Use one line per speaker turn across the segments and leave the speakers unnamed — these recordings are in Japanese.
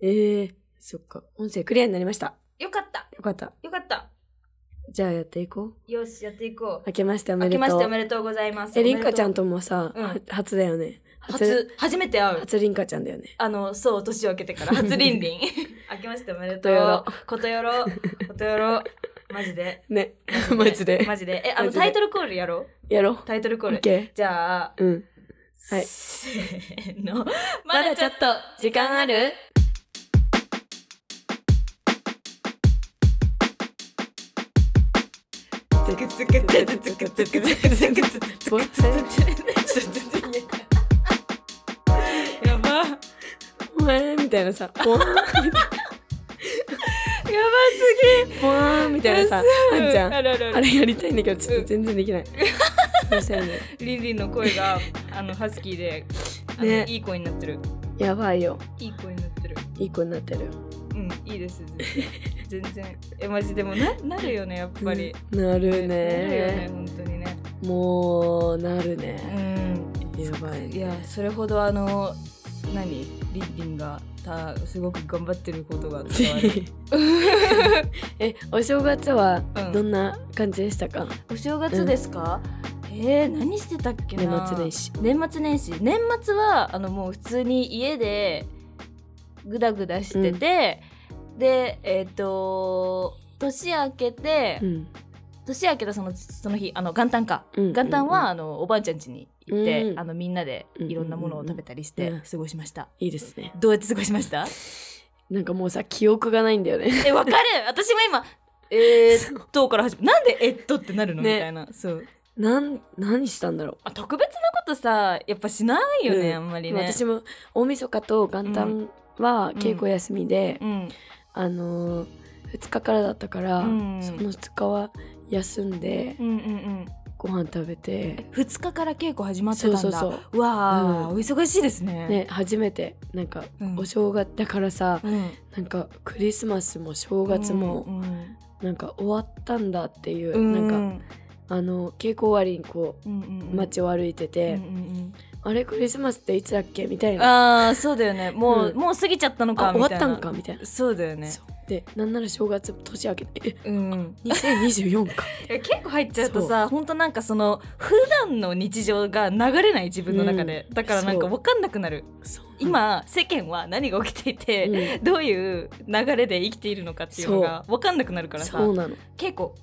ええそっか。音声クリアになりました。
よかった
よかった。
よかった
じゃあやっていこう。
よし、やっていこう。
明けましておめ
明
で
け
とう。
ましておめでとうございます。
え、りんかちゃん
と
ともさ、
うん
は初だよね。
初、初めて会う。
初りんかちゃんだよね。
あの、そう、年を明けてから、初り んりん。明けましておめでと
ことよ
う。ことよろ。ことよろ。マジで。
ね。 マジで。
マジで。え、あ
マ
の、
ジで
タイトルコールやろう
やろう。
タイトルコ
オ
ー
ッ
ル。
ケ
じゃあ、
ー。うん。はい
せー
ま
の。ま
だ
だ
ち
ち
ょ
ょ
っ
っ
と
と、
時間ある
やば。やば
お前みたいなさ、ポワーン、
すぎ。
ポワーンみたいなさ、あんちゃん。
あるあるあ
あ
る。
れやりたいんだけど、ちょっと全然で きない。そうしたよね。
りんりんの声が、あの、ハスキーで、あの
ね
いい声になってる。
やばいよ。
いい声になってる。
いい子になってるよ。
うん、いいです。全然。全然。え、マジでもな、なるよね、やっぱり。
うん。なる
なるよね、
ね。
本当にね。
もう、なる
う
ね。
ん。
やばい
い
ね。
や、それほどあの、何りんりんが、た、すごく頑張ってることが伝わる。
え、お正月は
うん
どんな感じでしたか、
お正月ですか、えー、何してたっけな
年末年始
年末年始年末はあのもう普通に家でグダグダしてて、でえっ、と年明けて、
うん、
年明けたそのその日あの元旦か、
うん
元旦は、
うん
あのおばあちゃん家に行って、
うん
あのみんなでいろんなものを食べたりし
うんう
て
ん
過ごしました、
いいですね。
どうやって過ごしました
なんかもうさ、記憶がないんだよね。
えわかる私も今えー、っとから始めなんでえっとってなるの、
ね
みたいなそう
なん、何したんだろ
あ特別なことさやっぱしないよね、
うん
あんま
う。
りね
私も大晦日と元旦は
うん
稽古休みで、
うん
あのー、2日からだったから、
うん
その2日は休んで、
うんうんうん
ご飯食べて、
2日から稽古始まってた
そ
ん
う
だ
そうそう。
わあ、
うん
お忙しいですね
ね、初めてなんか
うん
お正月だからさ
うん
なんかクリスマスも正月
う
も
ん
なんか終わったんだっていうう、
んうん、
なんかあの稽古終わりにこ
うんうんうん
う街を歩いて
うん
て、
うん
あれクリスマスっていつだっけみたい
うん
なあ
ああそうだよねもう、
うん
もう過ぎちゃったのか
終
み
わ
た
っ
いな
たんかみたいな、
そうだよね
そうでなんなら正月年明けてえ
うん
2024か
いや稽古入っちゃうとさ本当なんかその普段の日常が流れない自分の中で、
うん
だからなんか分かんなくなる
そう
今世間は何が起きていて、
うん
どういう流れで生きているのかっていうのが分かんなくなるからさ
そうなの
稽古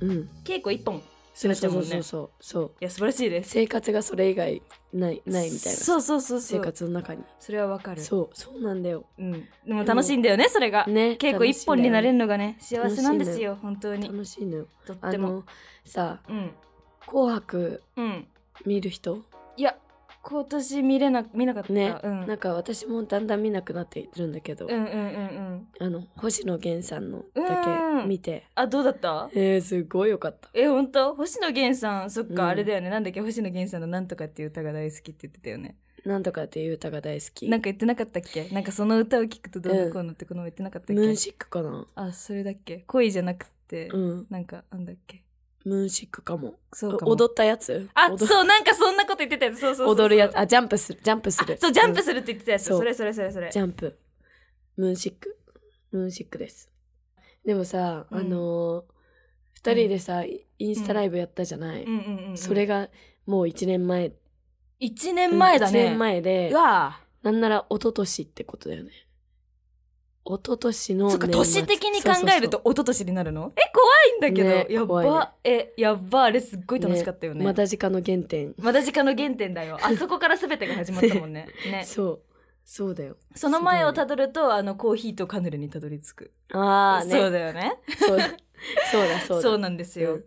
うん
稽古一本
そう
なっち
そ
ゃ
うそ
うも
うんそう
ね
そうそう
いや素晴らしいです
生活がそれ以外ないないみたいな
そうそうそうそう
生活の中に
それは分かる
そうそうなんだよ
うん、でも楽しいんだよねそれが、
ね
稽古一本になれるのがね幸
楽しいんだよ
せなんですよ本当に
楽しいのよ
とっ
あ
ても
のさ
うん
「紅白
うん」
見る人
いや今年見れな見なかった
ね、
うん、
なんか私もだんだん見なくなっているんだけど、
うんうんうんうん
あの星野源さんのだけ見て、
あどうだった
えー、すごいよかった
え本当星野源さんそっか、
うん
あれだよねなんだっけ星野源さんの「なんとか」っていう歌が大好きって言ってたよね
なんとかっていう歌が大好き
なんか言ってなかったっけなんかその歌を聞くとどうのこうのってこの前言ってなかったっけ、
ムーンシックかな
あそれだっけ恋じゃなくて、
うん
なんかなんだっけ
ムーンシックかも
そうかも
踊ったやつ
あ
踊
そうなんかそんなこと言ってたやつそうそうそうそ
踊
う
るやつあジャンプするジャンプする
あそうジャンプ
うん
するって言ってたやつ、
そう
それそれそれそれ
ジャンプムーンシックムーンシックですでもさ、
うん
あのー、2人でさインスタライブやったじゃない、
うんうんうんうん
それがもう1年前
1年前だね
1年前で
うわ
なんなら一昨年ってことだよね一昨年の
そっか
年
都
末
市的に考えると
そう
一昨年になるのえ怖いんだけど、
ね
やっば、
怖い
えやっばあれすっごい楽しかったよ
そうそう
ね
まだ時間の原点、
まだ時間の原点だよあそこから全てが始まったもん ねね
そうそうだよ
その前をたどるとあのコーヒーとカヌレにたどり着く
ああ
そう
ね
だよね
そうだそうだそ
そ
だ
ううなんです
う
よ、
ん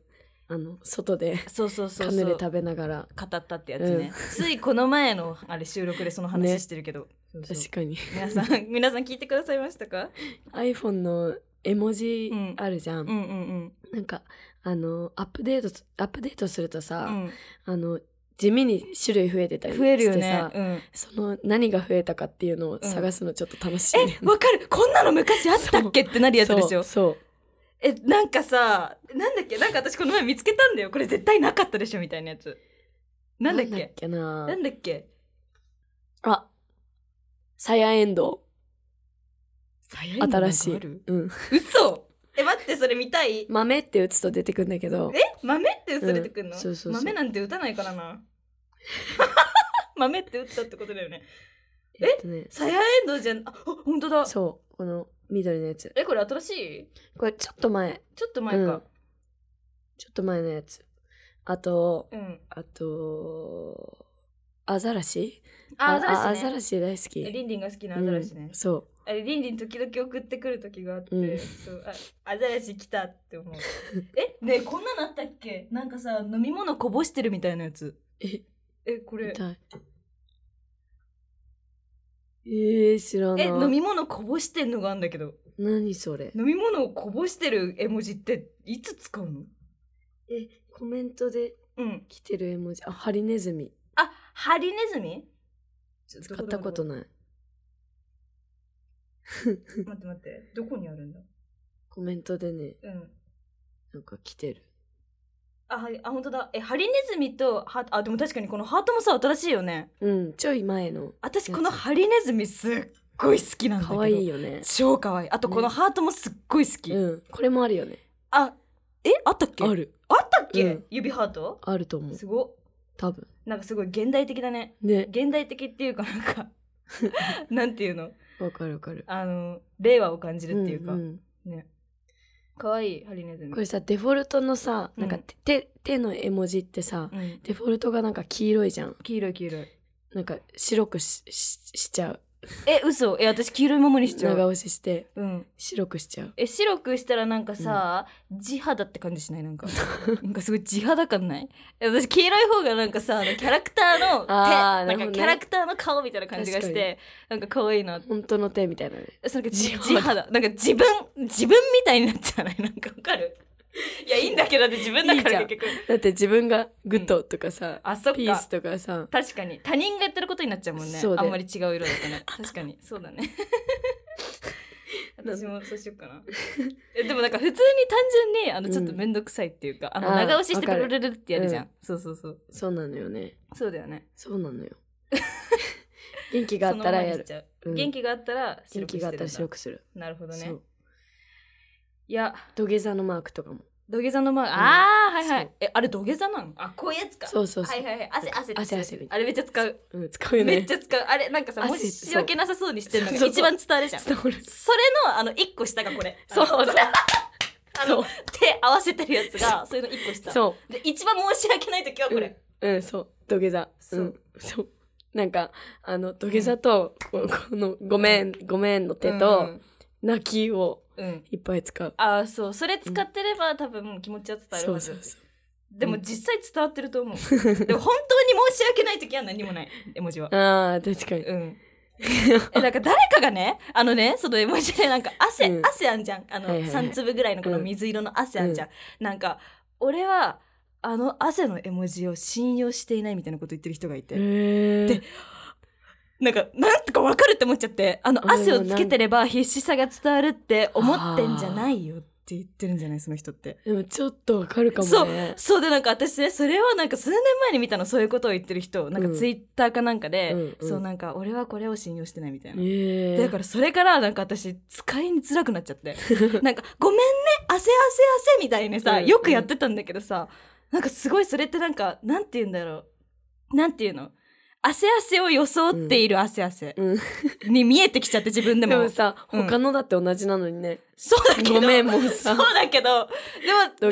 あの外で
そうそうそう
カ
そう
ヌレ食べながら
語ったってやつね、ついこの前のあれ収録でその
ね
話してるけど、そうそう
確かに
皆さん 皆さん聞いてくださいましたか
iPhone の絵文字
うん
あるじゃん、
うんうん
なんかあのアップデートアップデートすると
う
さ、
ん、
あの地味に種類増えてた
う
りして
ん、
さ
増えるよね、 うん、
その何が増えたかっていうのを探すのちょっと楽しいね、
えわかるこんなの昔あったっけってなるやつでしょ
そう
えなんかさなんだっけなんか私この前見つけたんだよこれ絶対なかったでしょみたいなやつ
そう
なんだっけ
な
なんだっけ
あサヤエンドウ新しい。うん。
嘘え待ってそれ見たい
豆って打つと出てくんだけど
え、豆って薄れてくんの、
うんそうそうそう
豆なんて打たないからな 豆って打ったってことだよね
えっとね、
サヤエンドウじゃんああ本当だ
そう、この緑のやつ。
えこれ新しい
これちょっと前、
ちょっと前か
ちょっと前のやつ。あと、
うん、
あと、アザラシ
あアザ
あ
ラ
ア
シ
ザ
ね
ラシ大好
え
き。
リンリンが好きなアザラシね
うん、そ
あれリンリン時々送ってくる時があって、
うん
そうあアザラシ来たって 思うえねえこんなのあったっけなんかさ飲み物こぼしてるみたいなやつ
え
えこ
う。
れ
痛い。えー、知らな
え
い。
飲み物こぼしてんのがあんだけど
何それ
飲み物をこぼしてる絵文字っていつ使うの
え、コメントで
うん
来てる絵文字。あ、ハリネズミ。
あハリネズミ
使ったこと
い
ない。
待って待ってどこにあるんだ
コメントでね、
うん
なんか来てる。
あはいあ本当だえハリネズミとハートあでも確かにこのハートもさ新しいよね
うん、ちょい前の。
私このハリネズミすっごい好きなんだけど
可愛いよね。
超可愛いあとこの
ね
ハートもすっごい好き、
うん、これもあるよね。
あえあったっけ
ある。
あったっけ、
うん
指ハート
あると思う。
すごっ
多分。
なんかすごい現代的だね
ね。
現代的っていうかな んかなんていうの
わかるわかる。
あの令和を感じるっていうか、
んん
ね可愛いハリネズミ
これさ、デフォルトのさ、なんか
うん
手、手の絵文字ってさ、
うん、
デフォルトがなんか黄色いじゃん。
黄色い黄色い
なんか白くしししちゃう。
え嘘え私黄色いままにしちゃ
長
う、
押しして
うん、
白くしちゃう。
え白くしたらなんかさ、地肌って感じしないなんか なんかすごい地肌感ないえ私黄色い方がなんかさあのキャラクターの手
あーなんる
な
ほ
か
どね
キャラクターの顔みたいな感じがし
確か
てなんか可愛いなって
本当の手みたいなね。
それか地
地
地肌なんか自分自分みたいになっちゃない なんかわかるいやいいんだけどだって自分だから
いいじ
結局
だって自分がグッドとかさ、
あそっ
ピー
か
スとかさ、
確かに他人がやってることになっちゃうもんね
そうだ
あ
よ
んまり違う色だ とね確かにそうだね私もそうしようかなえでもなんか普通に単純にあの
うん
ちょっと面倒くさいっていうか、あの
あー
長押しして
わ
く
か
れ
る
るってやるじゃん、
う
そうそうそう
そうなのよね。
そうだよね
そうなの よ。元気があったらやる。
そのままにしちゃう
うん
元気があったら白
元
くして
気
る
があ
ん
っ
だ
たら白くする。
なるほど
そ
ね
う。
いや
土下座のマークとかも。
土下座の
ん
前、ああはいは
そ
いうえあれ土下座なのあこういうやつか
そうそうそう。
はいはいはい汗汗
汗汗みた
あれめっちゃ使う、
うん、使うよね。
めっちゃ使うあれなんかさ
汗
申し訳なさそうにしてるのが
そう
一番伝わるじゃん
伝わる
それのあの一個下がこれ
そう
あの
そう
あの手合わせてるやつがそれの一個下
そ
で一番申し訳ない時は
う。
これ、
うん。うん、そう。土下座。。
そうん
そう。なんか、あの、土下座と、ここの、ごめん、ごめんの手と、泣きを
うん、うん
いっぱい使う。
ああそうそれ使ってれば、多分気持ちは伝わる
そ
は
う
ず
そうそう。
でも実際伝わってると思うでも本当に申し訳ない時は何もない絵文字は
ああ、確かに。
うん。えなんか誰かがねあのねその絵文字でなんか汗、
うん
汗あんじゃんあの、
はいはいはい
3粒ぐらいのこの
うん
水色の汗あんじゃん、なんか俺はあの汗の絵文字を信用していないみたいなこと言ってる人がいて、
へ
で
え。
なんかなんとかわかるって思っちゃってあの
あ
汗をつけてれば必死さが伝わるって思ってんじゃないよって言ってるんじゃないその人って。
でもちょっとわかるかもね。
そうでなんか私ねそれをなんか数年前に見たのそういうことを言ってる人なんか
うん
ツイッターかなんかで、
うんうん
そうなんか俺はこれを信用してないみたいな。
ええ。
だからそれからなんか私使いづらくなっちゃって なんか「ごめんね汗汗汗」みたいにさ
うん
よくやってたんだけどさなんかすごいそれってなんかなんて言うんだろうなんて言うの汗汗を装っている汗汗
うん。
に見えてきちゃって自分で
で
も
もさ、
うん
他のだって同じなのにね。
そうだけど
ごめんもう
そ
さ
う。だけどで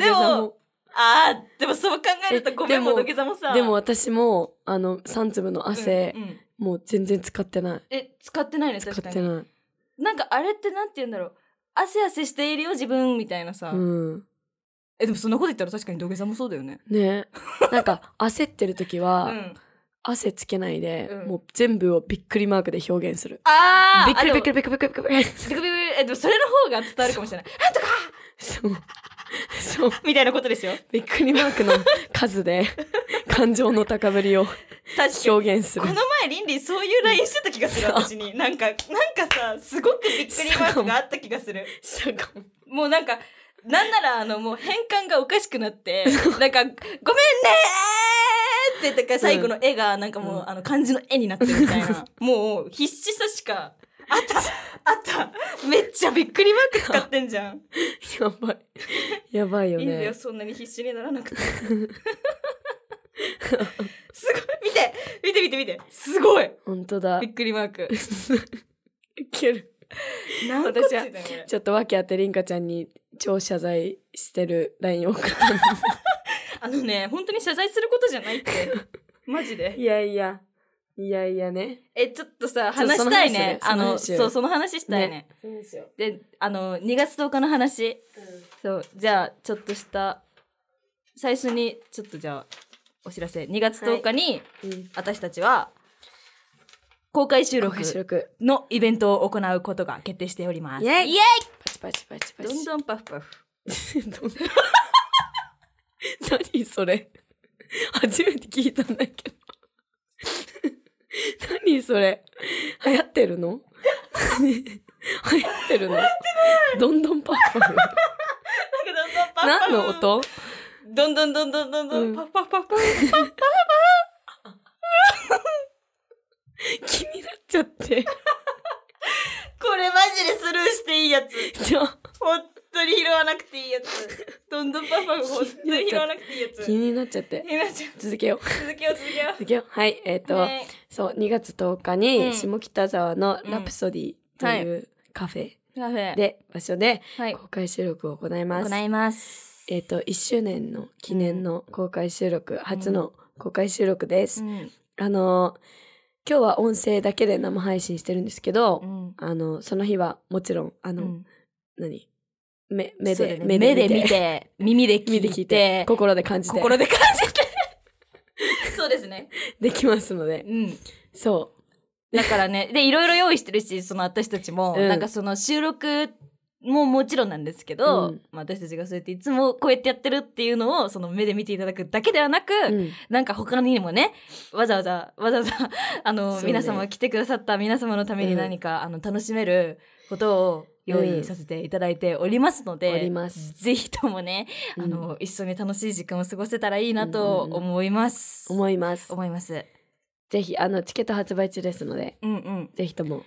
土
も
下
で
座
も
も。
あーでもそう考えると
え
ごめんも
でも
土下座もさ
でも私も、あの、3粒の汗
うん、うん
もう全然使ってない。
え使ってないね
使
確か
って
に
ない。
なんかあれってなんて言うんだろう汗汗しているよ自分みたいなさ、
うん。
えでもそんなこと言ったら確かに土下座もそうだよね。
ねなんか、 焦ってる時
う
は、
ん、
汗つけないで、
うん
もう全部をびっくりマークで表現する。
あー
びっくり
あ
びっくりびっくりびっくりびっくり。
でもビクビクビクえでもそれの方が伝わるかもしれ ない。なんとか
そう。そう。
みたいなことですよ。
びっくりマークの数で、感情の高ぶりを
確かに。
表現す
こ
る
の。前リンリンそういうラインしてた気がする私になんかなんかさすごくびっくりマークがあった気がする
そうかも
もうなんかなんならあのもう変換がおかしくなってなんか「ごめんねー!」って言ったから最後の絵がなんかもう、
うん
あの 漢字の絵になってるみたいなもう必死さしかあったあっためっちゃびっくりマーク使ってんじゃん。
やばい。やばいよ
いいんだ
ね
よ。そんなに必死にならな くてすごい見て見て見て見てすごい
ほんとだ
び。っくりマーク
ウケる。
何
個ついたのちょっと訳あってりんかちゃんに超謝罪してる LINE 送ったの
あのね本当に謝罪することじゃないって マジで
いやいや。いやいやね。
えちょっとさ
そう
話したいね
そ
あ
の
の
話する
そうその話したいね
そうですよ。
であの2月10日の話そうじゃあちょっとした最初にちょっとじゃあお知らせ2月10日に、
うん。
私たちは公開収
収
録
録収録。
のイベントを行うことが決定しております。
イエイ
イエ
パチパチパチパ
イ
チ。
どんどんパフパフ。
どん何それ初めて聞いたんだけど 何それ流行ってるの 流行ってるのどんどんパフパフ何の音
どんどんどんどんどんど
うんん
パフパフパフパフ。
気になっちゃって
これマジでスルーしていいやつ。
じゃあ
本当に拾わなくていいやつ。どんどんパフパフ本当に拾わなくていいやつ。
気になっちゃって
ひなちゃん
続けよう
続けよう続けよ
続けようはいえっ、
う。
と、
ね
そう2月10日
う
に
ん
下北沢のラプソディというカフェ
カフェ
で場所で
はい
公開収録を行います
行います。
えっ、と、1周年の記念の公開収録、初の公開収録です。
うん
あのー、今日は音声だけで生配信してるんですけど、
うん
あの、その日はもちろん、あ
う
の、
ん
何目、目
そうだ
で、
ね目で
見
見
て、
て耳で
耳で聞いて、心で感じて、
心で感じて そうですね
できますので、
うん
そ
だから ねでいろいろ用意してるしその私たちも、
うん
なんかその収録ももちろんなんですけど、
うん
まあ、私たちがそうやっていつもこうやってやってるっていうのをその目で見ていただくだけではなく、
う。うん
なんか他にもねわざわざわざわざあの、
そうね
皆様来てくださった皆様のために
うん
何か、あの楽しめることを用
う
意
ん
させていただいておりますので、
おります
ぜひともね、あの一緒に楽しい時間を過ごせたらいいな
うんう
と
んうん
思います。
思います。
思います。
ぜひ、あの、チケット発売中ですので、
うんうん
ぜひとも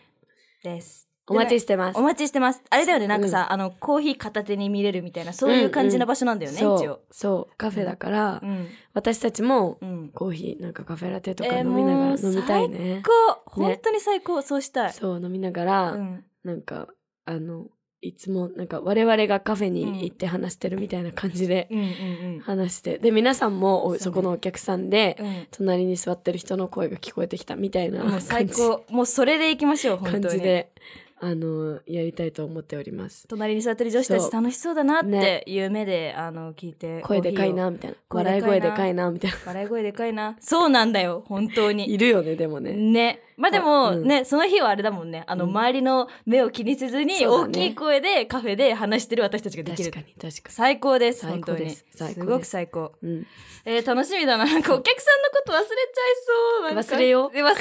です。
お待ちしてます
お。待ちしてます。あれだよね、なんかさ、あの、コーヒー片手に見れるみたいな、そういう感じの場所なんだよね、
そ
一
う
応。、
そう、カフェだから、
うん。
私たちも
うん。
コーヒーなんかカフェラテとか
えー
飲みながら
もう
飲みたいね。
こう、本当に最高、そうしたい。
そう飲みながら、
うん。
なんかあのいつもなんか我々がカフェに行って話してるみたいな感じで
うんうんうん。
話して、で皆さんもお
そうね
そこのお客さんで、
うん
隣に座ってる人の声が聞こえてきたみたいな
もう
感
最
じ
高。もうそれでいきましょう、本
感
当
じ
に。
であのやりたいと思っております。
隣に座ってる女子た
そ
ち
う
楽しそうだなっ
ね
ていう目で、あの、聞いて。
声でかい
コーヒーを。
なみたいな
声でか
笑
い
い
な
声でかいなみたいな
笑い声でかいな。そうなんだよ、本当に。
いるよねでもね。
ね。まあで
あ
も
うん
ね、その日はあれだもんね。あの、
うん
周りの目を気にせずに、
そうだ
大
ね
きい声でカフェで話してる私たちができ
確
る
か。に確か
最高です、
最
本
高
当
で
に。
す
す
最高です
ごく最高。
に。うん、
えー、楽しみだな。なんかお客さんのこと忘れちゃいそう。なんか
忘れよう
で忘れ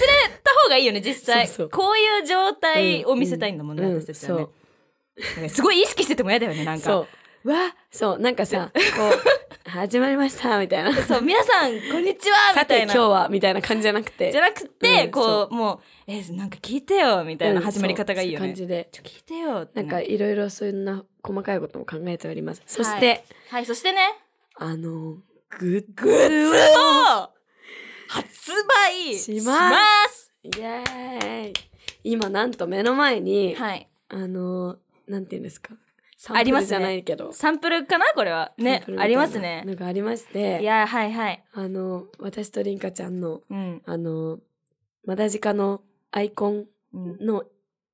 た方がいいよね、実際。
そうそう
こういう状態を見せたいんだもんね、
うん
私たちはね。なんかすごい意識してても嫌だよね、なん
そ
か。
う
わ
そうなんか さこう始まりましたみたいな。
そう、皆さん、こんにちは
さ
みた
て
い
今
な。
日はみたいな感じじゃなくて
じゃなくて、
うん
こう、もう、えーなんか聞いてよ、みたいな始まり方がいいよ
うん
ね。
そ
ち
うそういう感じで
ょ、聞いてよって
な
ね、
んかいろいろそんな細かいことも考えておりますそして、
はい、そしてね、
あのグッ
グッズ
ズ
を発売
し
し
ま
ます
イエーイ今なんと目の前に、
はい。
あのなんて言うんですかサ
ありますね
じゃないけど
サンプルかなこれは。
サ
ね
ンプルみ、た
あ
い
り
な
ますね
な。んかありまし
い
て
や、はいはい。
あの私とりんかちゃんの
うん。
あのまだじかのアイコン
うん
の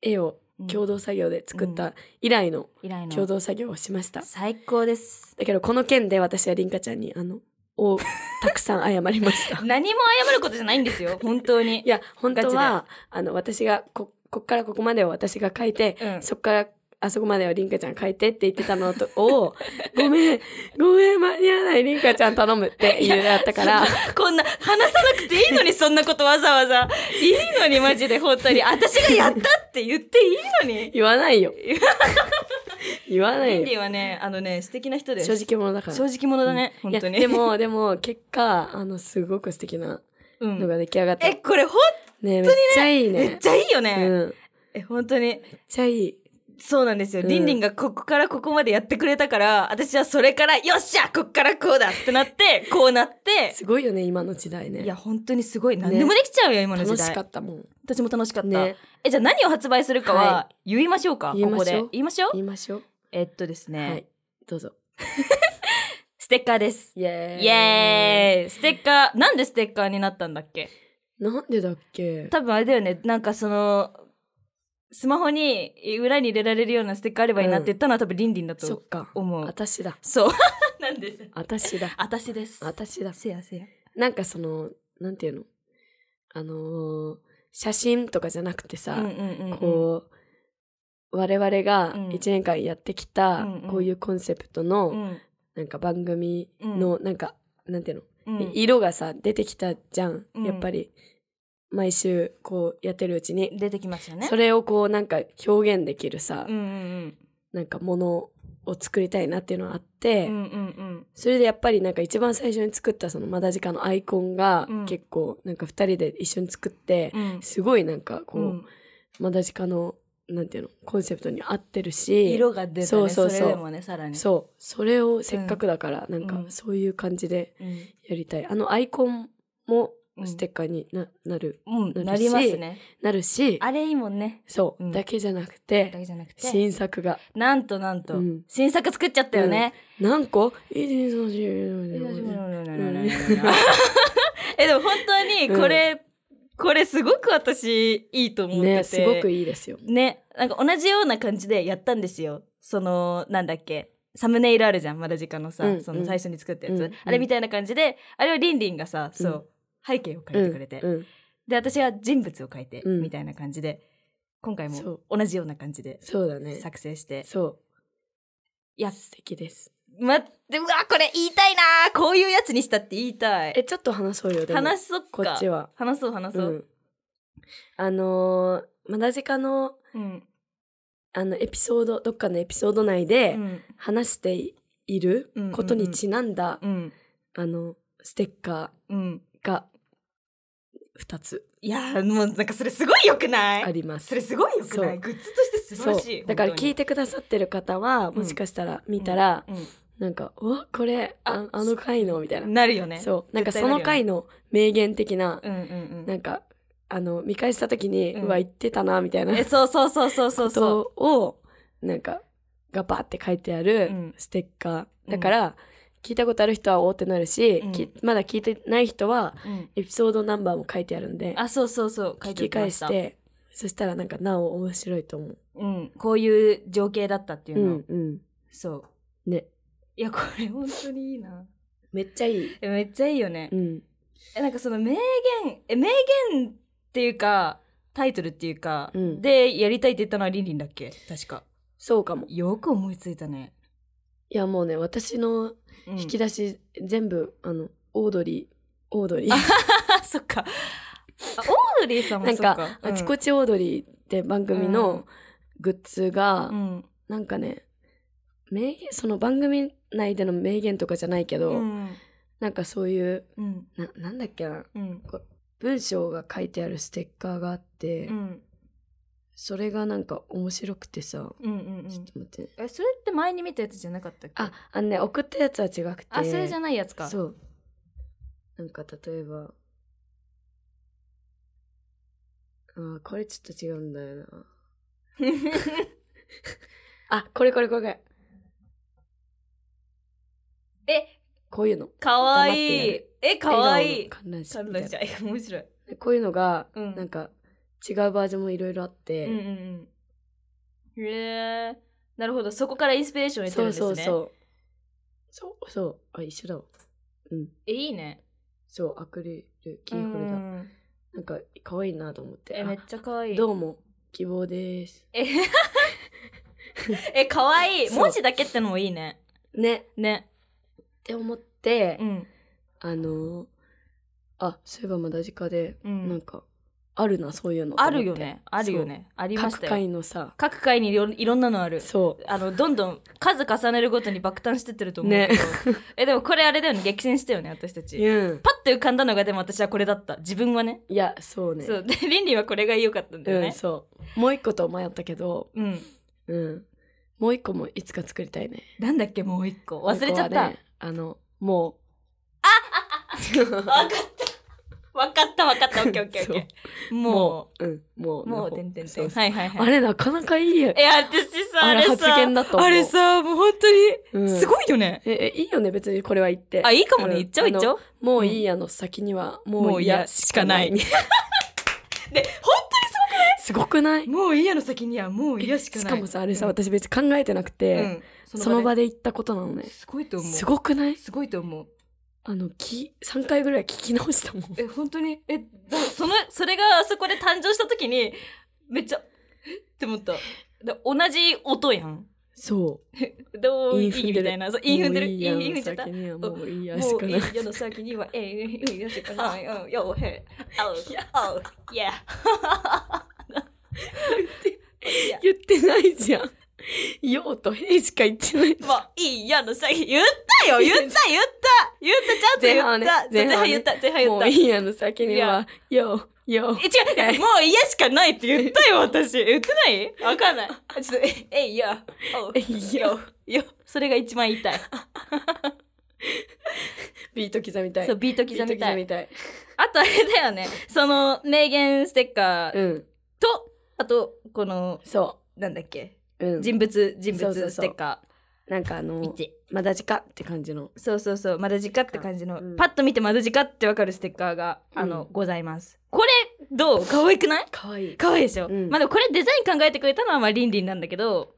絵を共同作業で作った以来の
以来
共
の。
同作業をしました、
最高です。
だけどこの件で私はリンカちゃんにあのをたくさん謝りました。
何も謝ることじゃないん ですよ、本当に
い。や本当はあの私がここっからここまでを私が書いて、
うん
そっからあそこまではリンカちゃん書いてって言ってたのとをごめんごめん間に合わないリンカちゃん頼むって言うやったから
こんな、話さなくていいのに、そんなことわざわざ。いいのに、マジで、本当に。私がやったって言っていいのに。
言わないよ 言わな
ヘン
い
リー
よ
はね、あのね、素敵な人です。
正直者だから
正直者だね、
い
本
や
当に。
で、もでも結果あのすごく素敵な
う
の
ん。
が出来上がった、
え、これ、ほん
ねめっちゃいいね
めっちゃいいよ
う
ね。
ん、めっ
え、本当に。
ちゃいい
そうなんですよ、
うん
リンリンがここからここまでやってくれたから私はそれからよっしゃこっからこうだってな ってこうなって
すごいよね今の時代ね
いや本当にすごい何でもできちゃうよ、今の時
楽し
代
かったもん
私も楽しかった、
ね
えじゃあ何を発売するかは言いましょうか、
言い
こ
ましょう
こで言いましょう
言いましょう
えっとですね、
はいどうぞ
ステッカーです
イエ
イエーイステッカーなんでステッカーになったんだっけ
なんでだっけ
多分あれだよねなんかそのスマホに裏に入れられるようなステッカーあればいいなって言ったのは多分リンリンだ
そっ
と
か
思う
私だ
そう なんです
私だ
私です
私だ
せやせや
なんかそのなんていうのあのー写真とかじゃなくてさ、
うんうんうんうん
こう我々が
うん
1年間やってきた
うんうん
こういうコンセプトの、
うん
なんか番組のなんか、なんていうの、
うん
色がさ出てきたじゃん、
うん
やっぱり毎週こうやってるうちに、
出てきましたね
それをこうなんか表現できるさ、
うんうん
なんかものを作りたいなっていうのはあっ
う
て、
んうんうん
それでやっぱりなんか一番最初に作ったそのまだ時間のアイコンが
うん
結構なんか二人で一緒に作って
う、ん
すごいなんかこう、
うん
まだ時間のなんていうのコンセプトに合ってるし
色が出たね
そうそうそう
れでもねさらに
そうそれをせっかくだから、なん
う
か
ん
そういう感じで
うん
やりたいあのアイコンも
うん
ステッカーにな,、なる
うん
なるし
なりますね
なるし
あれいいもんね
そう、
うん
だけじゃなく
だ
て
けじゃなくて
新作が
なんとなんと
うん
新作作っちゃったよね
何個12345
えでも本当にこれ、これすごく私いいと思ってて
ねすごくいいですよ。
ねなんか同じような感じでやったんですよそのなんだっけサムネイルあるじゃんまだ時間のさ、
うん
その最初に作ったやつ、
うんうん
あれみたいな感じであれはリンリンがさそう、
うん
背景を描いてくれて、
うんうん
で私は人物を描いて、
うん
みたいな感じで今回
そ
も
う
同じような感じで
そうだね。
作成して、
そう。
いや
素敵です。
までうわこれ言いたいなーこういうやつにしたって言いたい
え、ちょっと話そうよ。でも
話そっか
こっちは。
話そう話そうう、
ん。あのー、まだじかの、
うん
あの、エピソード、どっかのエピソード内で話していいることにちなんだ、
うん
あの、ステッカ
うん
ーが2つ
いやーもうなんかそれすごいよくない
あります。
それすごいよくな
そう
いグッズとして素晴らしい
そうだから聞い
て
てくださってる方はもしかしたら見たら、なんか「うわこれああの回の」みたいな
なるよねう
そうなんか
絶
その
対なるよね
回の名言的な、
んうん
なんかあの見返した時に、う
うん
わ言ってたなみたい
うん
な
えそうそうそうそうそうそう
ことをなんかがバーって書いてある
うん
ステッカー、
うん
だから聞いたことある人はおーってなるし、
うん
きまだ聞いてない人は
うん
エピソードナンバーも書いてあるんで
あそうそうそう
聞き返してそしたらなんかなお面白いと思う。
うんこういう情景だったっていううの
んうん
そう
ね
いやこれ本当にいいな
めっちゃいい。
えめっちゃいいよね
うん
えなんかその名言え名言っていうかタイトルっていうか、
うん
でやりたいって言ったのはリンリンだっけ確か
そうかも。い
よく思いついたね、
やもうね私の
うん
引き出し全部、あのオードリーオードリー。
あ そっかあオードリーさんも
なんか
そっか
あちこちオードリーって番組のグッズが、
うん
なんかね名言その番組内での名言とかじゃないけど、
うん
なんかそういう
うん
ななんだっけな
うん
文章が書いてあるステッカーがあって、
うん
それがなんか面白くてさ、
うんうん
ちょっと待ってね
えそれって前に見たやつじゃなかったっけ
ああのね送ったやつは違くて
あそれじゃないやつか
そうなんか例えばあーこれちょっと違うんだよなあこれこれこれこれ
え
こういうの
かわい
黙っ
いえかわい
笑
い
顔の観覧車
サン
みた
ラ
いな
ちゃんえ面白い、
でこういうのが、
うん
なんか違うバージョンもいろいろあっ
う
て、
んうんうんへえなるほどそこからインスピレーションを得て
そ
るん
う
ですね
そうそうそうそうあ一緒だわうん
えいいね
そうアクリルキーホルダー、
うん
なんか可愛いなと思って
えめっちゃ可愛
あ
い
どうも希望です
ええ可愛い
そう
文字だけってのもいいね
ね
ね
って思って、
うん
あのーあそういえばまだ時間で、
う
なん
ん
かあるなそういうのと思
あ
って
るよねあるよねありまし
各
たよ
回のさ
各回にいろいろんなのある
そ
あのどんどん数重ねるごとに爆誕してってると思うけど、 えでもこれあれだよね激戦したよね私た
う、
ち
うん、
パッと浮かんだのがでも私はこれだった自分はね
いやそうね
そうでリンリンはこれが良かったんだよ
うん
ね
そうもう一個と迷ったけど
うん
うん。もう一個もいつか作りたいね。
なんだっけもう一個忘
もう
れちゃっ
一個は
た、
ねあの、も
分かった分かった分かったオッケーオッケーオッケー
う、
も
う、うん、も
う
う、
も
の
うてんてんて
そ
ん
うそう
はいはいはい
あれ、なかなかいいや
え私さ
あ
あ
れ
れ
発
さ
言だと思う。
あれさもう本当
うん、
にすごいよね、
え、えいいよね、別にこれは言って。
あいいかもね
うん
言っちゃおう言っちゃおう
もういいやの先には、も
も
う
う
い
い
や
や
し
し
か
か
な
ないい。で
すごくない
ほんもういいやの先にはもういやしかない
しかもさ、あれさ、
うん
私別に考えてなくて、
うん
その場で言ったことなのね。
すごいと思う
すごくない
すごいと思う
あの、き、3回ぐらい聞き直したもん。
え本当にえだそのそれがあそこで誕生した時にめっちゃえって思ったで同じ音やん
そ
どう
韻
い
踏んでる
いみたいなそう
う。
イン踏んでる
もうい
イ
いや
ン
の
踏んじゃった
先には、もういいやしかない。
もう世の先にはえええよしかないうんよへおう おういや
言ってないじゃん。ようとへいしか言ってない。
もういいやの先言ったよ言った言った言ったちゃんと言った
前
前
半は
半
ね
言った前半
も
言った
ういいやの先に
いや
は、よう、よう。
え違うもう嫌しかないって言ったよ私言ってないわかんないあちょっとええいやおう
えいや
よよそれが一番言いたい
ビート刻みたい。
そうビート
ビ
刻
ート
みたい
たい。
あとあれだよねその名言ステッカー
うん。
と、あとこの
そ
なんだっけ
う。うん。
人物人
そうそうそう
物ステッカ
なんかあ
ー
の、
1
まだ時間って感じの。
そうそうそうまだ時間って感じの、
うん
パッと見てまだ時間ってわかるステッカーが、あの
うん
ございますこれどう可愛くない
かわいい。
可愛いでしょ、
うん
まあでもこれデザイン考えてくれたのはまあリンリンなんだけど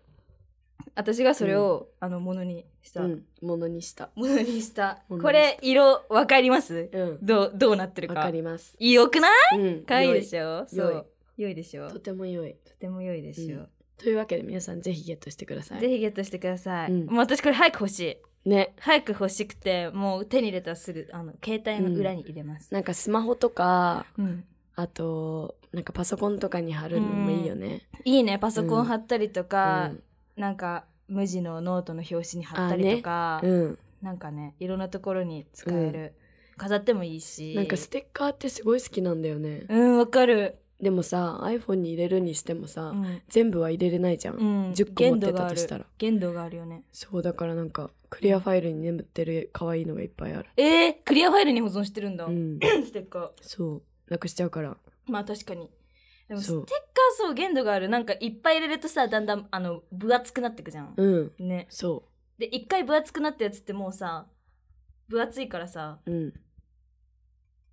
私がそれを、あのものにした、
うん。ものにした。
ものにした
ものにした
これ色わかります
うん。
どうどうなってる
わ
か
かります。
よくない
うん。
可愛いで
ょ。
しょそ
良いう
良いでしょ
と
と
ても良い。
ても良いでしょ、
というわけで皆さんぜひゲットしてくださ
ぜ
い。
ひゲットしてください、
うん
もう私これ早く欲しい
ね。
早く欲しくてもう手に入れたらすぐあの携帯の裏に入れます、
なんかスマホとか、
うん
あと、なんかパソコンとかに貼るのもいいよね。
いいねパソコン貼ったりと
う
か、
ん。
なんか無地のノートの表紙に貼ったりとか、
うん。
なんかねいろんなところに使える、飾ってもいいし
なんかステッカーってすごい好きなんだよね。
うんわかる、
でもさ、iPhone に入れるにしてもさ
う、ん
全部は入れれないじゃん。
うん、
10個持ってたとしたら。
限度がある限度があるよね
そう、だからなんか、クリアファイルに眠ってる可愛いのがいっぱいある。
えー、クリアファイルに保存してるんだ、
うん。
ステッカー
そう。なくしちゃうから。
まあ確かにでもステ
そ
ッ
う
カーそう限度があるなんかいっぱい入れるとさだんだんあの分厚くなってくじゃん、
うん。
ね
そ
で一回分厚くなったやつってもうさ分厚いからさ
う。うん。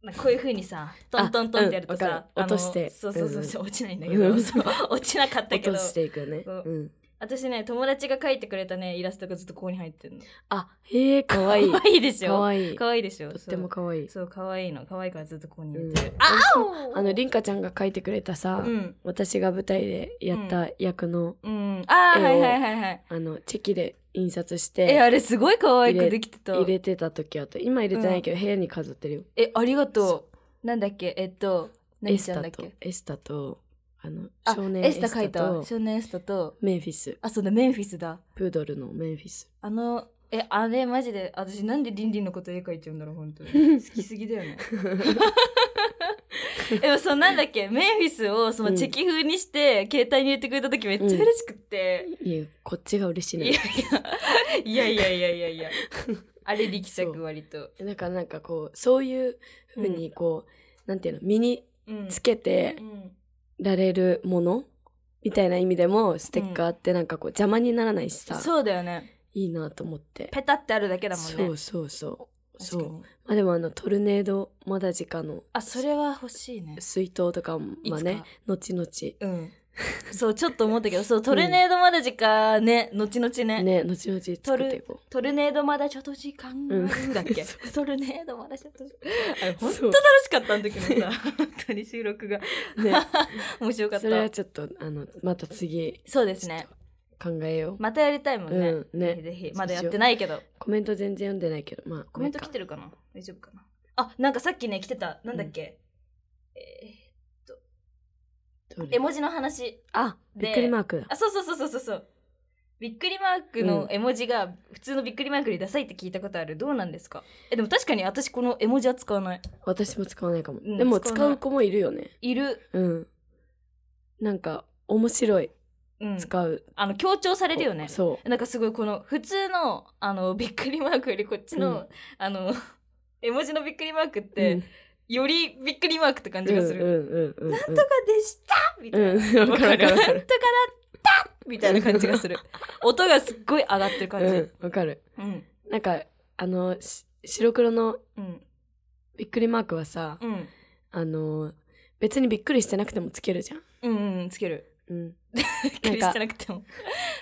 なんかこういう風にさトントントンってやると
うんわか
さ、
る
あの
落として
そうそうそうそう落ちないんだけ
う
ど、
ん
そう 落ちなかった
落
けど
としていくよね。
そう
うん。
私ね友達が描いてくれたねイラストがずっとここに入ってるの
あ、へえ、可愛い。
可愛いでし
可
ょ
愛い。
可愛いでしょ
とっても可愛い。
そうそう可愛いの可愛いからずっとここに入れてる、
う
ああ
あの、りんかちゃんが描いてくれたさ
う、ん
私が舞台でやった役の、
うんあー
絵
は
を
いはいはいはい
あの、チェキで印刷し
え
て、
あれすごい可愛くできてた
入れてた時あと、今入れてないけど、部屋に飾ってるよ。
えありがとうなんだっけえっと
エ
何
ス
ちゃんだ
タ
っ
と
け、
エスタと、あの、
あ
少年
エスタ描いた
と、
少年エスタと
メンフィス。
あそうだメンフィスだ
プードルのメンフィス。
あのえあれマジで私なんでリンリンのこと絵描いちゃうんだろう本当に好きすぎだよ ねでもそうなんだっけメンフィスをそのチェキ風にして、携帯に入れてくれた時めっちゃ嬉しくって、
いや、こっちが嬉しい
い
ね。
やいやいやいやいやいやあれ力作割と、
なんか、なんかこう、そういうふうに、こう、なんていうの、身に
うん
つけて
う、ん
られるものみたいな意味でもステッカーってなんかこう邪魔にならないしさ、
そうだよね
いいなと思って、
ペタってあるだけだもんね
そうそうそうそ
確
う
かに
まあでもあのトルネードまだ時間の
あそれは欲しいね
水筒とかもまあ
いつ
ね
か
後々
うんそうちょっと思ったけどそうトルネードまだ時間ね後々ね
ね後々作っていこ
トルネードまだちょっと時間あるんだっけ、
うん
トルネードまだちょっと時間あれ
う
本当
そ
楽しかったあの時のさ本当に収録が
う ね
面白かった
それはちょっとあのまた次
そうですね
考えよう
またやりたいもんね,、
うんね
ぜひぜひまだやってないけど
コメント全然読んでないけどまあ
コメント来てるかな大丈夫かなあなんかさっきね来てたなんだっけ、え
どれ
ー絵文字の話
あ
で
びっくりマークだ
あそうそうそうそうそうそうびっくりマーク
う
の
ん
絵文字が普通のびっくりマークよりダサいって聞いたことあるどうなんですかえでも確かに私この絵文字は使わない
私も使わないかも、
うん
でも
使わ
使
ないう
子もいるよね
いる
うんなんか面白い
うん、
使う、
あの強調されるよね
そ
なんかすごいこの普通のあのびっくりマークよりこっちの、
うん
あの 絵文字のびっくりマークっ
う
て、
うん
よりびっくりマークって感じがする。
うんうんうんうん
なんとかでしたみたいな。
うん わかるわ
なんと
か
か
る
だったみたいな感じがする。音がすっごい上がってる感じ。
うんわかる
うん。
なんかあのし白黒の
うん。
びっくりマークはさ、
うん。
あの別にびっくりしてなくてもつけるじゃん、
うん、うん、つける。
うん、
びっくりしてなくても。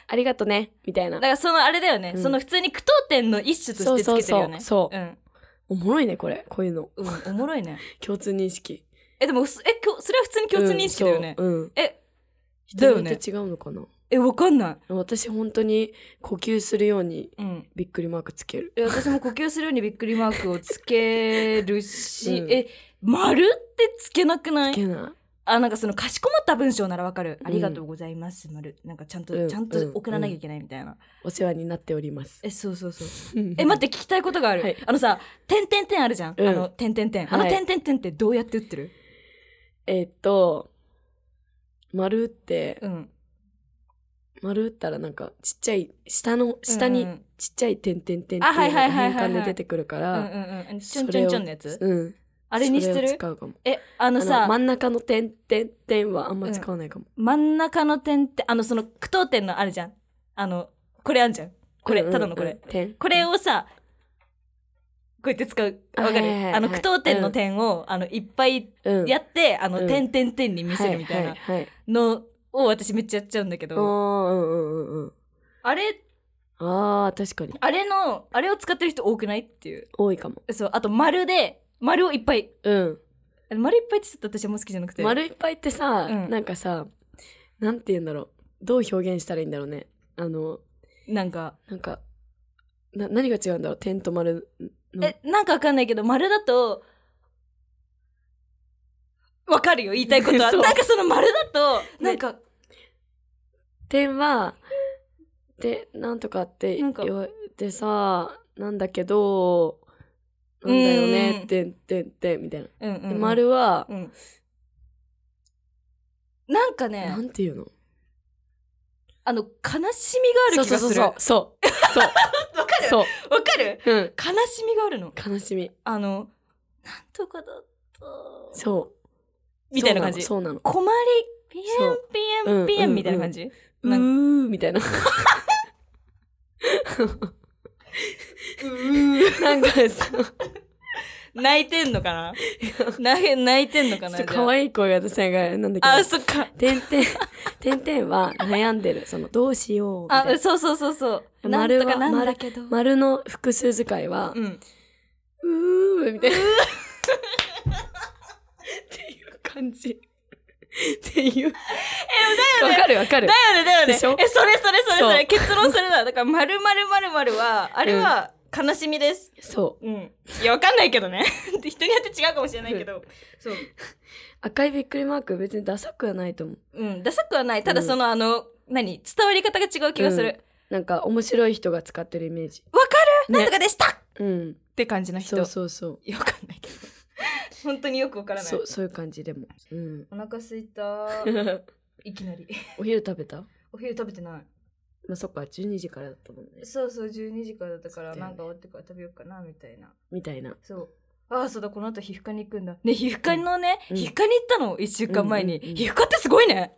ありがとねみたいな
だからそのあれだよね。
うん
その普通に句読点の一種としてつけてるよね。
そうそうそうそう
うん。
おもろいねこれこういうの
うん、おもろいね。
共通認識
え、でも、すえ、きょそれは普通に共通認識だよね。
うんそううん、
え、だ
人
よ
によ
ね
っ。て違うのかな、
え、わかんな
私本当に呼吸するように
い。うん。
びっくりマークつける
え私も呼吸するようにびっくりマークをつけるし、
うん
え、丸ってつけなくない
つけな
あなんかそのかしこまった文章ならわかる、
うん
ありがとうございます丸なんかちゃんと、
うん
ちゃんと送らなきゃいけないみたいな、
いお世話になっております
えそうそうそうえ待
って
って聞きたいことがある、
はい
あのさ「点点点」あるじゃん、
うん
あの「点点点」あの
はい
「点点点」ってどうやって打ってる、
えっと丸って
うん
丸ったらなんかちっちゃい下の下
う
に
ん
ちっちゃい点点点っていう
あはい
の
はい
が
はいはい
変換で出てくるか
うんうん
ら
うんうんちょんちょんちょんのやつ
うん
あれにして
そを
る
使うかも
えあのさ
あの真ん中の点点点はあんま使わないかも
真ん中の点ってあのその句読点のあるじゃんあのこれあんじゃんこれ
うんうん
ただのこれ
うん点
これをさこうやって使うわか
はいはいはいは
る
い
あの句読点の点を、あのいっぱい
うん
やって、あの、
うん
点々点に見せるみたい
は
な
はいはい
のを私めっちゃやっちゃうんだけ
あ
ど、
ーうんうんうんうん
あれ、
あー確かに
あれの、あれを使ってる人多くないっていう。
多いかも
そう、あと丸で、丸をいっぱい。
うん
あれ丸いっぱいってちょっと私はもう好きじゃなくて。
丸いっぱいってさ、
うん
なんかさなんて言うんだろうどう表現したらいいんだろうねあの
なんか、
なんかな何が違うんだろう点と丸の
え、なんかわかんないけど、丸だと、わかるよ、言いたいこと は。
そう
なんかその丸だと、なんか、
点はでなんとかって
な
言
んか
われてさなんだけどなんだよ
う
ね
ん
点点点みたいな、
うんうん
で
うん、
丸は、
うん。なんかね
な、んて言うの
あの、悲しみがある気がする。
そうそうそうそう
わかる
そう
わかる
そう、うん、
悲しみがあるの。
悲しみ
あの、なんとかだった。
そう
みたいな感じ。
そうなの
困り、ピエン
そ
ピ
う
エ
う
ン
ん
ピエ
うんう
ン
ん
みたいな感じ。
そう
な
なん
か
うーみたいななんかさ
泣いてんのかな泣泣いてんのかな
ちょっと可愛い声が出せないからなんだけ
あ、
ど。
そっか。
てんてん、てんてんは悩んでる。その、どうしようみたいな
あ、そうそうそうそう。なん
丸
と
は
かなんだけど。
丸の複数使いは、
うん。
うーみたいな。っていう感じ。っていう。え、わかるわかる
だ。よね、だよね。え、
でし
そ
ょ
れそれそれそ
そ
れ。
う
結論それだ。だから、まるまるまるまるは、あれは悲しみです。
そう。
うん。いや、わかんないけどね。 人によって違うかもしれないけど。そう。
赤いびっくりマーク別にダサくはないと思う。
うん、ダサくはない。ただその、あの、何伝わり方が違う気がする。
なんか面白い人が使ってるイメージ。
わ、かる、
ね
なんとかでしたっ
うん。
て感じの人。
そうそうそう。
よくわかんないけど。本当によくわからない
そ。う、そういう感じでも。 うん。
お腹すいた。 いきなり。
お昼食べた
お昼食べてな
まあ、そっか、12時からだったもんね。
い。そうそう、12時からだったから、
そうだよね
なんか終わってから食べようかな、みたいな。
みたいな。
そう。ああ、そうだ、この後皮膚科に行くんだ。ね、皮膚科のね、
うん
皮膚科に行ったの、1週間前に。
うんうんうん
皮膚科ってすごいね。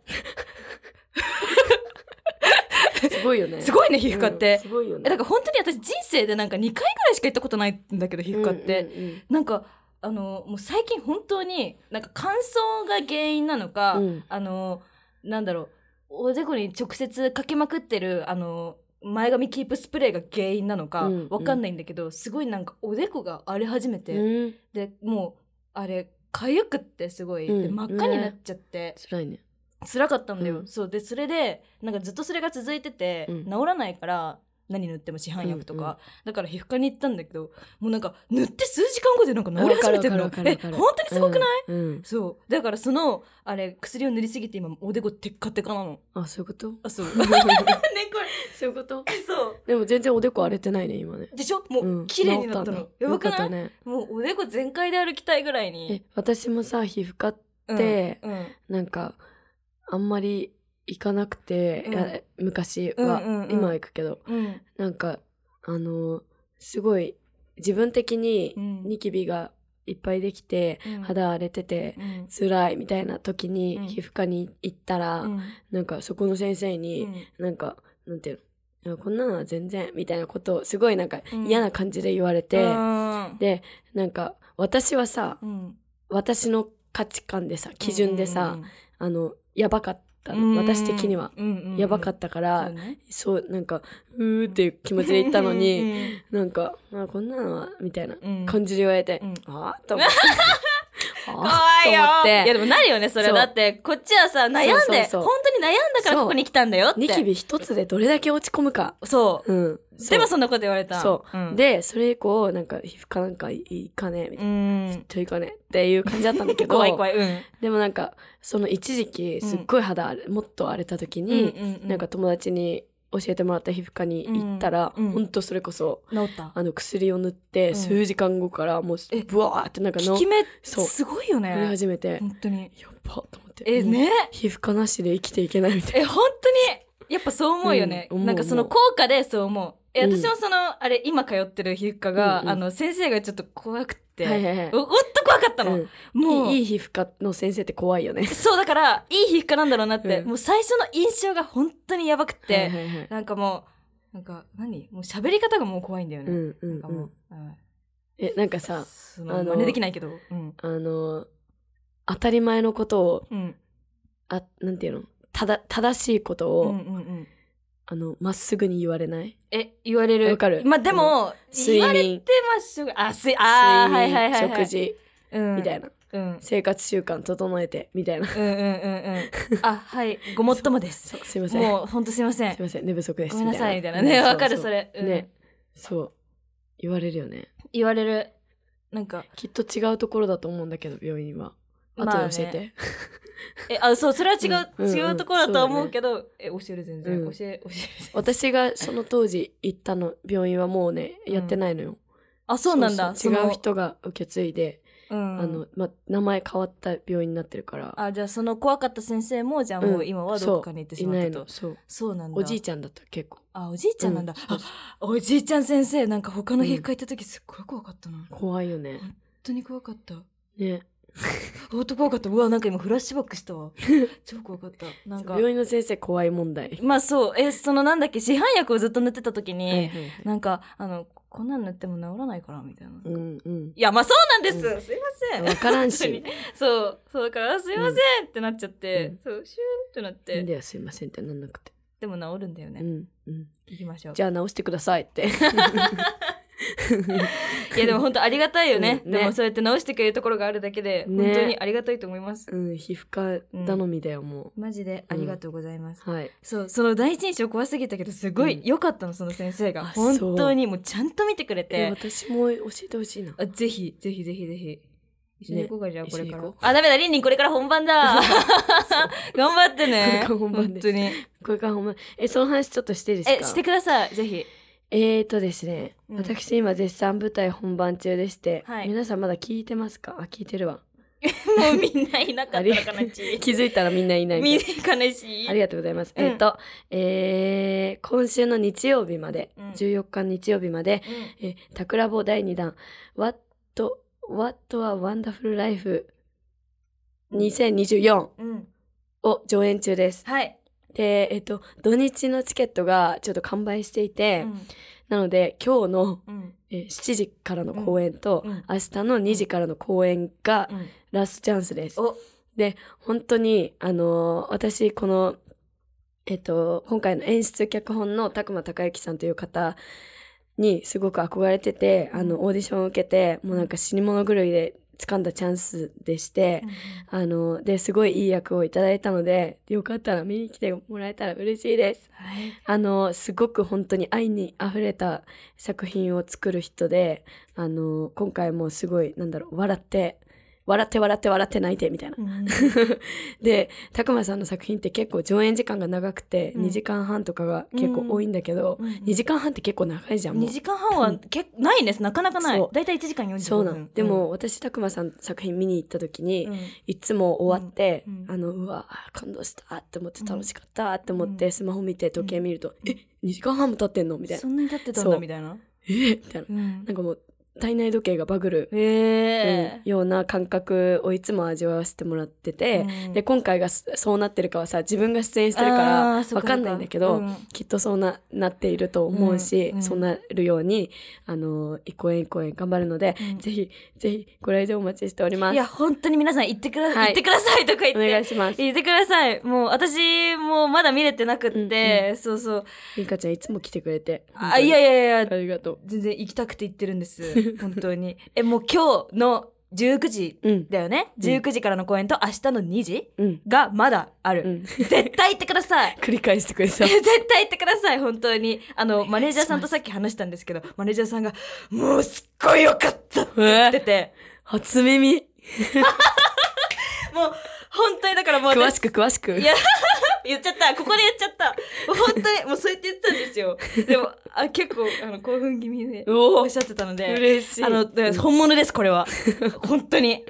すごいよね。
すごいね、皮膚科って。
うんすごいよ
え
ね。
だから本当に私人生でなんか2回ぐらいしか行ったことないんだけど皮膚科って、
うん
なんかあのもう最近本当になんか乾燥が原因なのか、
うんうんうん
あのなんだろうおでこに直接かけまくってるあの前髪キープスプレーが原因なのか、
うん
わかんないんだけどすごいなんかおでこが荒れ始めて、
うん、
でもうあれかゆくってすごい、
うん
で真っ赤になっちゃって、
辛いね。
辛かったんだよ、
うん
そうでそれでなんかずっとそれが続いてて、
うん
治らないから何塗っても市販薬とか、だから皮膚科に行ったんだけどもうなんか塗って数時間後でなんか治り始めてる
わ
の
かるわかるわかるわ
え
かる
本当にすごくない、
うん、うん
そうだからそのあれ薬を塗りすぎて今おでこテッカテカなの
あ、そういうこと
あそうねこ
そういうこと
れそ
でも全然おでこ荒れてないね、今ね。
うでしょもう、
うん、
綺麗になった
治
の
んだ
やばく
よか
な
っ
い、
たね。
もうおでこ全開で歩きたいぐらいに
え、私もさ、皮膚科、
うん
で
うん
なんか、あんまり行かなくて、
うん
いや昔は、
うんうんうん
今は行くけど
うん
なんかあのすごい自分的に
うん
ニキビがいっぱいできて、
うん
肌荒れてて
うん
辛いみたいな時に
うん
皮膚科に行ったら、なんかそこの先生に、なんかなんていうのいやこんなのは全然みたいなことをすごいなんか
うん
嫌な感じで言われて、
うん
でなんか私はさ
うん
私の価値観でさ基準でさ、
うん
あのやばかった
うん
の私的には
うんうんうん
やばかったから、
そうね
そうなんかうーっていう気持ちで言ったの
うん
に
うん
なんかあこんなのはみたいな
うん
感じで言われて、
うん
ああと 思ってあ
怖いよ
あと
いや
思って
でもなるよねそれ
そう
だってこっちはさ悩んで
そうそうそう
本当に悩んだからここに来たんだよって
ニキビ一つでどれだけ落ち込むか、
そう
うん、
でもそんなこと言われた、
そう
ん、
でそれ以降なんか皮膚科なんか行かねえみた
う
いな。
ん
というかねっていう感じだったんだけど
怖い怖いうん
でもなんかその一時期すっごい肌荒れ、もっと荒れた時
う
に、
んう
なんか友達に教えてもらった皮膚科に行ったら、
うんうん
ほんとそれこそ
治った
あの薬を塗って、
うん
数時間後からもう
え
ブワーってなんか
効
の
き目
そう
すごいよ
塗り
ね
始めて、
本当に
やっばと思って
え
もう
ね
皮膚科なしで生きていけないみたい
え本当にやっぱそう思うよね、
うん思う
なんかその
思う
効果でそう思うえ
うん
私もその、あれ今通ってる皮膚科が、
うんうん
あの先生がちょっと怖くて、
な。はいはいはい
おおっと怖かったの、
うん
もう
いいいい皮膚科の先生って怖いよね。
そうだからいい皮膚科なんだろうなって、
うん
もう最初の印象が本当にやばくて、
はいはいはい
なんかもうなんか何もう喋り方がもう怖いんだよね、
うんうん
なんか
う
も
ん
う、うん
えなんかさ
その
あの
真似できないけどうん、
あの当たり前のことを
うん、
あなんていうのただ正しいことを、
うんうんうん
あのまっすぐに言われない
え言われる
わかる
まあでも
睡
言われて
眠
ましょうあすい
睡
あー
眠、
はいはいはい、はい、
食事みたい
な
な、
うん
生活習慣整えてみたいな
うんうんうんうん。 あ、はい、ごもっともです。
すいません
もう、ほんとすいません
すい。ません寝不足です
ごめんなさい、みたいな
う
ね。
んう
わかる、それ。うん
ねそう言われるよね
言われる。なんか、
きっと違うところだと思うんだけど病院は後
まあね
で教えて、
え、あ、そう、それは違
うん
う、
うん
違うところだとは思うけど、え、教える、全然。
うん
教え、教える。
私がその当時行ったの病院はもうねやってないのよ、
あ、そうなんだ。
そ
そう
違
の
う。人が受け継いで、
うん。
あの、ま、名前変わった病院になってるから
あ、じゃあ、その怖かった先生も、じゃあもう今はどこかに行ってし
い
ま
な
っ
い
た
の
と。
そう
そうなんだ。
おじいちゃんだった結構
あ、おじいちゃんなんだ
う。そう
あ
そ
おじいちゃん先生、なんか他の皮膚科行った時すっごい怖かったな。本
怖いよね
当に怖かった。
ね
ほんと怖かった。うわ、なんか今フラッシュバックした わ。超怖かった。なんか。
病院の先生怖い問題
まあそう、え、そのなんだっけ、市販薬をずっと塗ってた時に、
はいはいはい
なんか、あの、こんなん塗っても治らないから、みたいな。
う
い
んうん
や、まあそうなんです、
う
すいません
分からん
本
し
当にそう、そうだから、あすいません、ってなっちゃって、
うん
そう、シューってなっ
いいん
て、
だよすいませんってなんなくて、
でも治るんだよね。
うんうん、
行きましょう。
じゃあ直してくださ いって
いや、でも本当ありがたいよね。
うんね
でもそうやって治してくれるところがあるだけで、
ね
本当にありがたいと思います。
うん皮膚科頼みだよも
マジでありがとうございます。
うはい
そう、その第一印象怖すぎたけど、すごい
うん
良かったの、その先生が。
あ
本
そう
当に、もうちゃんと見てくれ
え
て。
私も教えてほしい な
あぜひ、ぜひぜひぜひ。一緒に行こうか、じゃあ
一
こ
緒
れ
に
か
行
ら
こう。
あ、ダメだ、リンリンこれから 本番だ。頑張ってね。
これから本番です
本当に。
これからほんまえその話ちょっとしていいですか
え、してください、ぜひ。
えーとですね、
うん
私今絶賛舞台本番中でして、
はい
皆さんまだ聞いてますかあ聞いてるわ
もうみんないなか
あ
っ
り
たら悲し い。
気づいたらみんないないみたい
みん
な
な悲しい。
ありがとうございます、
うん
えっ、と、えー今週の日曜日まで、
うん
14日日曜日まで「えたくらぼ第2弾 What, What a Wonderful Life 2024
うん。うん。」
を上演中です
はい。
でえっ、と土日のチケットがちょっと完売していうて、
ん。
なので今日の
うん。
えー7時からの公演と、
うんうん
明日の2時からの公演が
うん
ラストチャンスです。
お
で本当にあのー私このえっと今回の演出脚本の琢磨孝之さんという方にすごく憧れててあのオーディションを受けてもうなんか死に物狂いで掴んだチャンスでして、あのーですごいいい役をいただいたのでよかったら見に来てもらえたら嬉しいです。
はい。
あのすごく本当に愛にあふれた作品を作る人であの今回もすごいなんだろう笑って笑って笑って笑って泣いてみたいな。で拓磨さんの作品って結構上演時間が長くて
うん
2時間半とかが結構多いんだけど、2
2
時間半って結構長いじゃんもう
2時間半はけないですなかなかない
そう
だいたい1時間40分
そうなん、でも私拓磨さんの作品見に行った時に、
うん
いつも終わって、
うんうん
あのうわ感動したって思って
うん
楽しかったって思って、
うん
スマホ見て時計見ると、
ん
え2時間半も経ってんのみたいな
そんなに経ってたん
そ
だ
う
みたいな
えみたいな
うん
なんかもう体内時計がバグる、
え
うんような感覚をいつも味わわせてもらってて、で今回がそそうなってるかはさ自分が出演してるから分かんないんだけど、きっとそうななっていると思うし、
うんうん
そうなるようにあの一公演一公演頑張るので、
うん
ぜひぜひご来場お待ちしております。
いや本当に皆さん行ってくだ
は
さ
い
い行ってくださいとか言っ
お願
て
いします。
言ってください。もう私もまだ見れてなくって、そうそう。
りんかちゃんいつも来てくれて。
あ、いやい
や。
やい
あ
や、
りがと
全然行きたくて行ってるんです。本当に。え、もう今日の19時
う。うん。
だよね。
うん
19時からの公演と明日の2時
うん。
がまだあ
う
る。
ん。
絶対行ってください
繰り返してくれさ。
絶対行ってください本当にあのマネージャーさんとさっき話したんですけどマネージャーさんが「もうすっごいよかった!」って言ってて
初耳。
もう本当にだからもう私
詳しく詳しく。
いや言っちゃったここで言っちゃったもう本当にもうそうやって言ってたんで すよでもあ結構あの興奮気味で
おお
おっしゃってたので
嬉しい。
あのだから本物ですこ れは本当に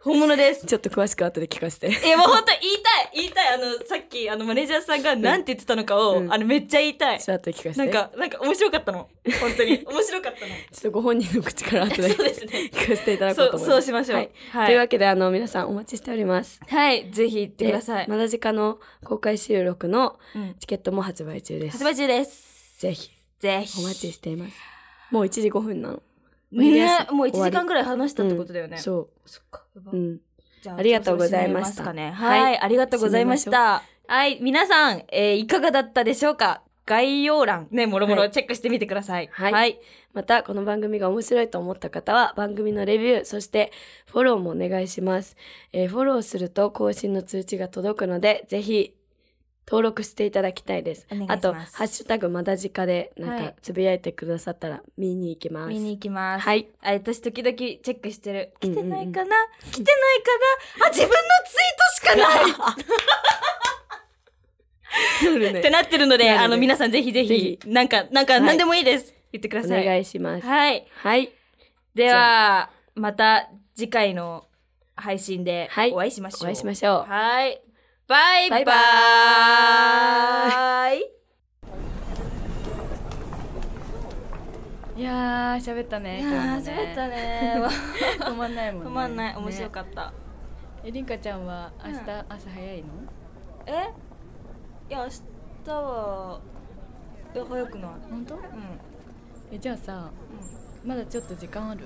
本物です
ちょっと詳しく後で聞かせて。
えもう本当言いたい言いたいあのさっきあのマネージャーさんがなんて言ってたのかを、
うん
あのめっちゃ言いたい
ちょっと後で聞かせて。
なん、かなんか面白かったの本当に面白かった
ちょ
の
っとご本人の口から後で
そうですね
聞かせていただこ
そうう
と思います。
そうしましょう
はい。
は
と
い、
いう
はい
わけで、あの、皆さんお待ちしております。
ぜひ行ってください、
でまだ時間の公開収録の
うん、
チケットも発売中です。
発売中です
ぜひ、
ぜひ
お待ちしています。もう1時5分なの。
ねもう1
終わ
時
り
間ぐらい話したってことだよね、
うんそ
そっかやば
う。うん。
じゃ
ありがとうございました
そろそろ締めますかね、は、
はい
ありがとうございました。はい、皆さん、えーいかがだったでしょうか概要欄、ね、もろも
は
ろ
い
チェックしてみてください。
はいまたこの番組が面白いと思った方は番組のレビューそしてフォローもお願いします、えーフォローすると更新の通知が届くのでぜひ登録していただきたいです
お願いします
あと「ハッシュタグまだじか」でなん
は
か
い
つぶやいてくださったら見に行きます、
見に行きます。
はい
あ私時々チェックしてる。来てないかな、
う
来てないかなあ、自分のツイートしかないってなってるので、
なるね
あの、皆さんぜひぜ
ぜ
ひ
ひ、
なんか、なんか、
はい
なんでもいいです。言ってくだ
お
さい。
願いしますはい、
はい。
はい、
では、また次回の配信で
はい
お会いしましょう。
お会いしましょう
はい。バイバ
バ
イ
イバ
いやー喋ったね
いやー、喋った ね。
た 止まんないもんね
止まんない。面白かった。
ねえりんかちゃんは明日、朝早いの
えいや、明日は、いや、早くない。
本当
うん。
えじゃあさまだちょっと時間ある